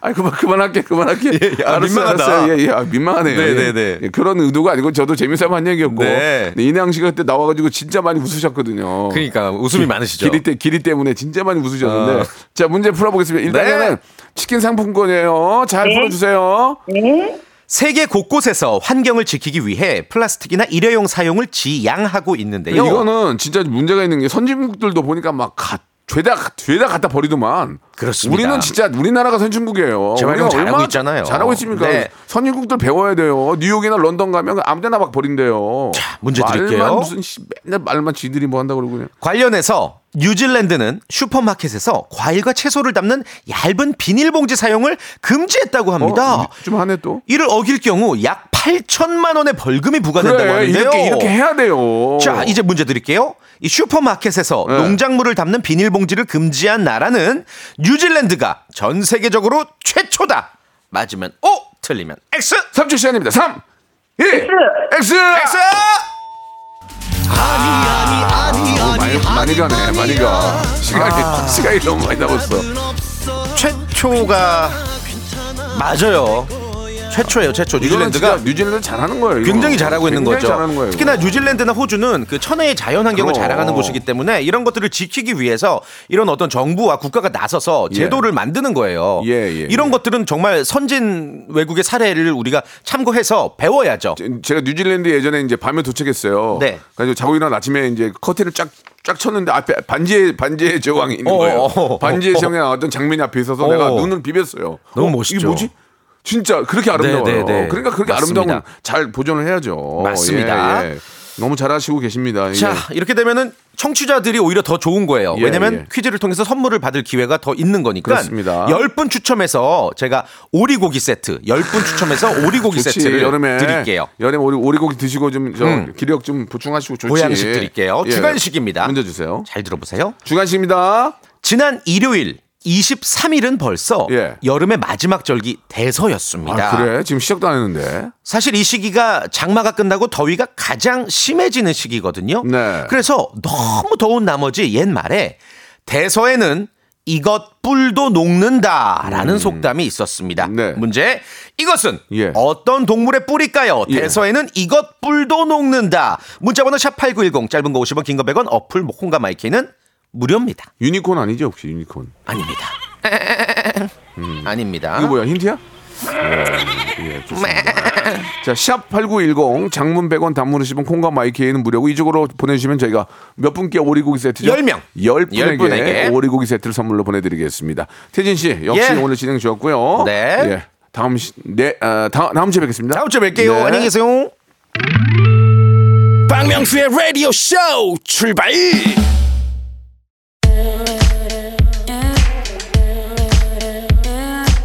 Speaker 3: 아이 그만 그만할게 그만할게.
Speaker 7: 예, 아,
Speaker 3: 알았어요,
Speaker 7: 민망하다.
Speaker 3: 알았어요. 예, 예, 아, 민망하네요.
Speaker 7: 네,
Speaker 3: 예.
Speaker 7: 네, 네.
Speaker 3: 예, 그런 의도가 아니고 저도 재미삼아 한 얘기였고
Speaker 7: 네.
Speaker 3: 근데 이나영 씨가 그때 나와가지고 진짜 많이 웃으셨거든요.
Speaker 7: 그러니까 웃음이 많으시죠.
Speaker 3: 길이, 때, 길이 때문에 진짜 많이 웃으셨는데
Speaker 7: 어.
Speaker 3: 자 문제 풀어보겠습니다. 일단은
Speaker 7: 네.
Speaker 3: 치킨 상품권이에요. 잘
Speaker 8: 네.
Speaker 3: 풀어주세요.
Speaker 8: 네.
Speaker 7: 세계 곳곳에서 환경을 지키기 위해 플라스틱이나 일회용 사용을 지양하고 있는데요.
Speaker 3: 네, 이거는 진짜 문제가 있는 게 선진국들도 보니까 막 가, 죄다 죄다 갖다 버리더만.
Speaker 7: 그렇습니다.
Speaker 3: 우리는 진짜 우리나라가 선진국이에요.
Speaker 7: 재활용
Speaker 3: 우리가
Speaker 7: 잘하고
Speaker 3: 얼마나
Speaker 7: 있잖아요.
Speaker 3: 잘하고 있습니까?
Speaker 7: 네.
Speaker 3: 선진국들 배워야 돼요. 뉴욕이나 런던 가면 아무데나 막 버린대요.
Speaker 7: 자, 문제 드릴게요.
Speaker 3: 말만 무슨 씨, 맨날 말만 지들이 뭐 한다 고 그러고 그냥.
Speaker 7: 관련해서 뉴질랜드는 슈퍼마켓에서 과일과 채소를 담는 얇은 비닐봉지 사용을 금지했다고 합니다.
Speaker 3: 어, 좀 하네 또.
Speaker 7: 이를 어길 경우 약 8천만 원의 벌금이 부과된다고
Speaker 3: 그래
Speaker 7: 하는데요.
Speaker 3: 이렇게 이렇게 해야 돼요. 어.
Speaker 7: 자, 이제 문제 드릴게요. 이 슈퍼마켓에서
Speaker 3: 네.
Speaker 7: 농작물을 담는 비닐봉지를 금지한 나라는 뉴질랜드가 전 세계적으로 최초다. 맞으면 O, 틀리면 X.
Speaker 3: 3초 시간입니다. 3 2 X
Speaker 7: X!
Speaker 3: 많이 많이 가네. 많이 가. 시간이
Speaker 7: 아.
Speaker 3: 시간이 너무 많이 남았어.
Speaker 7: 최초가 맞아요. 최초예요, 최초.
Speaker 3: 이거는
Speaker 7: 뉴질랜드가
Speaker 3: 진짜 뉴질랜드 잘하는 거예요. 이거.
Speaker 7: 굉장히 잘하고 있는
Speaker 3: 굉장히
Speaker 7: 거죠.
Speaker 3: 잘하는 거예요.
Speaker 7: 특히나
Speaker 3: 이거.
Speaker 7: 뉴질랜드나 호주는 그 천혜의 자연 환경을
Speaker 3: 그럼.
Speaker 7: 자랑하는 곳이기 때문에 이런 것들을 지키기 위해서 이런 어떤 정부와 국가가 나서서
Speaker 3: 예.
Speaker 7: 제도를 만드는 거예요.
Speaker 3: 예, 예,
Speaker 7: 이런
Speaker 3: 예.
Speaker 7: 것들은 정말 선진 외국의 사례를 우리가 참고해서 배워야죠.
Speaker 3: 제- 제가 뉴질랜드 예전에 이제 밤에 도착했어요.
Speaker 7: 네.
Speaker 3: 그래서 자고 일어나 아침에 이제 커튼을 쫙, 쫙 쳤는데 앞에 반지의 반지의 제왕이 있는
Speaker 7: 어,
Speaker 3: 거예요.
Speaker 7: 어, 어, 어,
Speaker 3: 반지의
Speaker 7: 어.
Speaker 3: 제왕이 나왔던 장면이 앞에 있어서
Speaker 7: 어.
Speaker 3: 내가 눈을 비볐어요. 어,
Speaker 7: 너무
Speaker 3: 이게
Speaker 7: 멋있죠.
Speaker 3: 뭐지? 진짜 그렇게 아름다워요.
Speaker 7: 네, 네, 네.
Speaker 3: 그러니까 그렇게
Speaker 7: 맞습니다.
Speaker 3: 아름다운 잘 보존을 해야죠.
Speaker 7: 맞습니다.
Speaker 3: 예, 예. 너무 잘하시고 계십니다. 예.
Speaker 7: 자, 이렇게 되면은 청취자들이 오히려 더 좋은 거예요.
Speaker 3: 예,
Speaker 7: 왜냐면
Speaker 3: 예.
Speaker 7: 퀴즈를 통해서 선물을 받을 기회가 더 있는 거니까.
Speaker 3: 그렇습니다.
Speaker 7: 10분 추첨해서 제가 오리고기 세트, 10분 추첨해서 오리고기
Speaker 3: 좋지,
Speaker 7: 세트를
Speaker 3: 여름에
Speaker 7: 드릴게요. 음.
Speaker 3: 여름에 오리, 오리고기 드시고 좀 저 기력 좀 보충하시고 좋지. 예.
Speaker 7: 보양식 드릴게요. 주간식입니다.
Speaker 3: 먼저 주세요.
Speaker 7: 잘 들어보세요.
Speaker 3: 주간식입니다.
Speaker 7: 지난 일요일 23일은 벌써
Speaker 3: 예.
Speaker 7: 여름의 마지막 절기 대서였습니다.
Speaker 3: 아, 그래? 지금 시작도 안 했는데.
Speaker 7: 사실 이 시기가 장마가 끝나고 더위가 가장 심해지는 시기거든요.
Speaker 3: 네.
Speaker 7: 그래서 너무 더운 나머지 옛말에 대서에는 이것 뿔도 녹는다라는 속담이 있었습니다.
Speaker 3: 음. 네.
Speaker 7: 문제 이것은
Speaker 3: 예.
Speaker 7: 어떤 동물의 뿔일까요?
Speaker 3: 예.
Speaker 7: 대서에는 이것 뿔도 녹는다. 문자번호 샵 #8910 짧은 거 50원, 긴 거 100원. 어플 콩과 마이키는 무료입니다.
Speaker 3: 유니콘 아니죠 혹시 유니콘?
Speaker 7: 아닙니다. 아닙니다.
Speaker 3: 음. 이거 뭐야 힌트야? 네, 예, 좋습니다. 자, 샵 8910 장문 100원 단문 50원 콩과 마이케이는 무료고 이쪽으로 보내주시면 저희가 몇 분께 오리고기 세트죠?
Speaker 7: 열 명. 열
Speaker 3: 10분에게,
Speaker 7: 분에게.
Speaker 3: 오리고기 세트를 선물로 보내드리겠습니다. 태진 씨 역시
Speaker 7: 예.
Speaker 3: 오늘 진행 좋았고요.
Speaker 7: 네.
Speaker 3: 예, 다음, 시, 네, 아, 다, 다음 주에 뵙겠습니다.
Speaker 7: 다음 주에 뵐게요.
Speaker 3: 네.
Speaker 7: 안녕히 계세요.
Speaker 1: 박명수의 라디오 쇼 출발!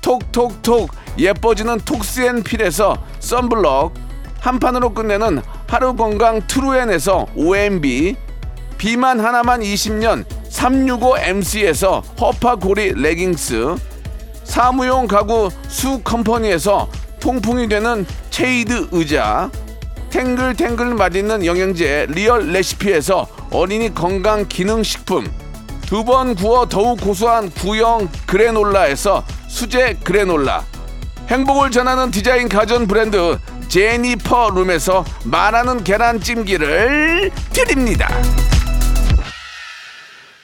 Speaker 3: 톡톡톡 예뻐지는 톡스앤필에서 썬블럭 한 판으로 끝내는 하루 건강 트루엔에서 OMB 비만 하나만 20년 365MC에서 허파고리 레깅스 사무용 가구 수 컴퍼니에서 통풍이 되는 체이드 의자 탱글탱글 맛있는 영양제 리얼 레시피에서 어린이 건강 기능식품 두 번 구워 더욱 고소한 구형 그래놀라에서 수제 그래놀라 행복을 전하는 디자인 가전 브랜드 제니퍼 룸에서 말하는 계란찜기를 드립니다.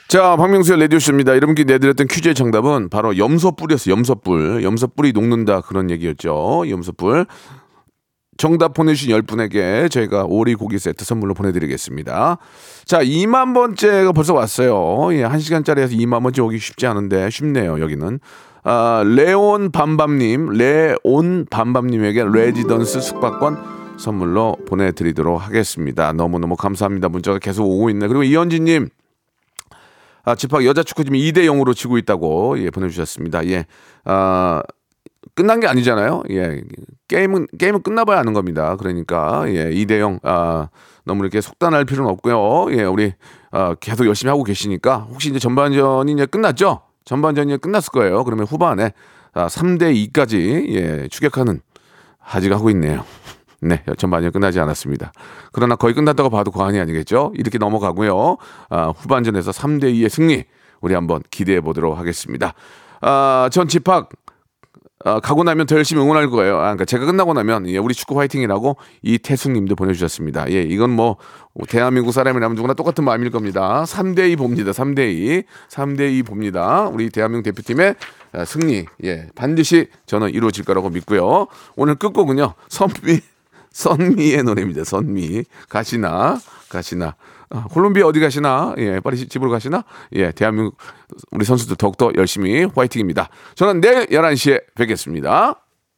Speaker 3: 자, 박명수의 라디오쇼입니다. 여러분께 내드렸던 퀴즈의 정답은 바로 염소뿔이었어요. 염소뿔. 염소뿔이 녹는다 그런 얘기였죠. 염소뿔. 정답 보내주신 10분에게 저희가 오리 고기 세트 선물로 보내드리겠습니다. 자, 2만 번째가 벌써 왔어요. 예, 1시간짜리에서 2만 번째 오기 쉽지 않은데 쉽네요, 여기는. 아, 레온 밤밤님, 레온 밤밤님에게 레지던스 숙박권 선물로 보내드리도록 하겠습니다. 너무너무 감사합니다. 문자가 계속 오고 있네. 그리고 이현진님, 아, 집합 여자 축구팀 2대 0으로 지고 있다고 예, 보내주셨습니다. 예, 아, 끝난 게 아니잖아요. 예, 게임은 게임은 끝나봐야 아는 겁니다. 그러니까 예, 2대 0. 아, 너무 이렇게 속단할 필요는 없고요. 예, 우리 아, 계속 열심히 하고 계시니까 혹시 이제 전반전이 이제 끝났죠? 전반전이 이제 끝났을 거예요. 그러면 후반에 아, 3대 2까지 예, 추격하는 하지가 하고 있네요. 네, 전반전 끝나지 않았습니다. 그러나 거의 끝났다고 봐도 과언이 아니겠죠? 이렇게 넘어가고요. 아, 후반전에서 3대 2의 승리 우리 한번 기대해 보도록 하겠습니다. 아, 전 집합 아, 가고 나면 더 열심히 응원할 거예요. 아, 그러니까 제가 끝나고 나면 예, 우리 축구 화이팅이라고 이태숙님도 보내주셨습니다. 예, 이건 뭐 대한민국 사람이라면 누구나 똑같은 마음일 겁니다. 3대2 봅니다. 3대2, 3대2 봅니다. 우리 대한민국 대표팀의 아, 승리, 예, 반드시 저는 이루어질 거라고 믿고요. 오늘 끝곡은요, 선미 선미의 노래입니다. 선미. 가시나, 가시나. 아, 콜롬비아 어디 가시나? 예, 빨리 시- 집으로 가시나? 예, 대한민국 우리 선수들 더욱더 열심히 화이팅입니다. 저는 내일 11시에 뵙겠습니다.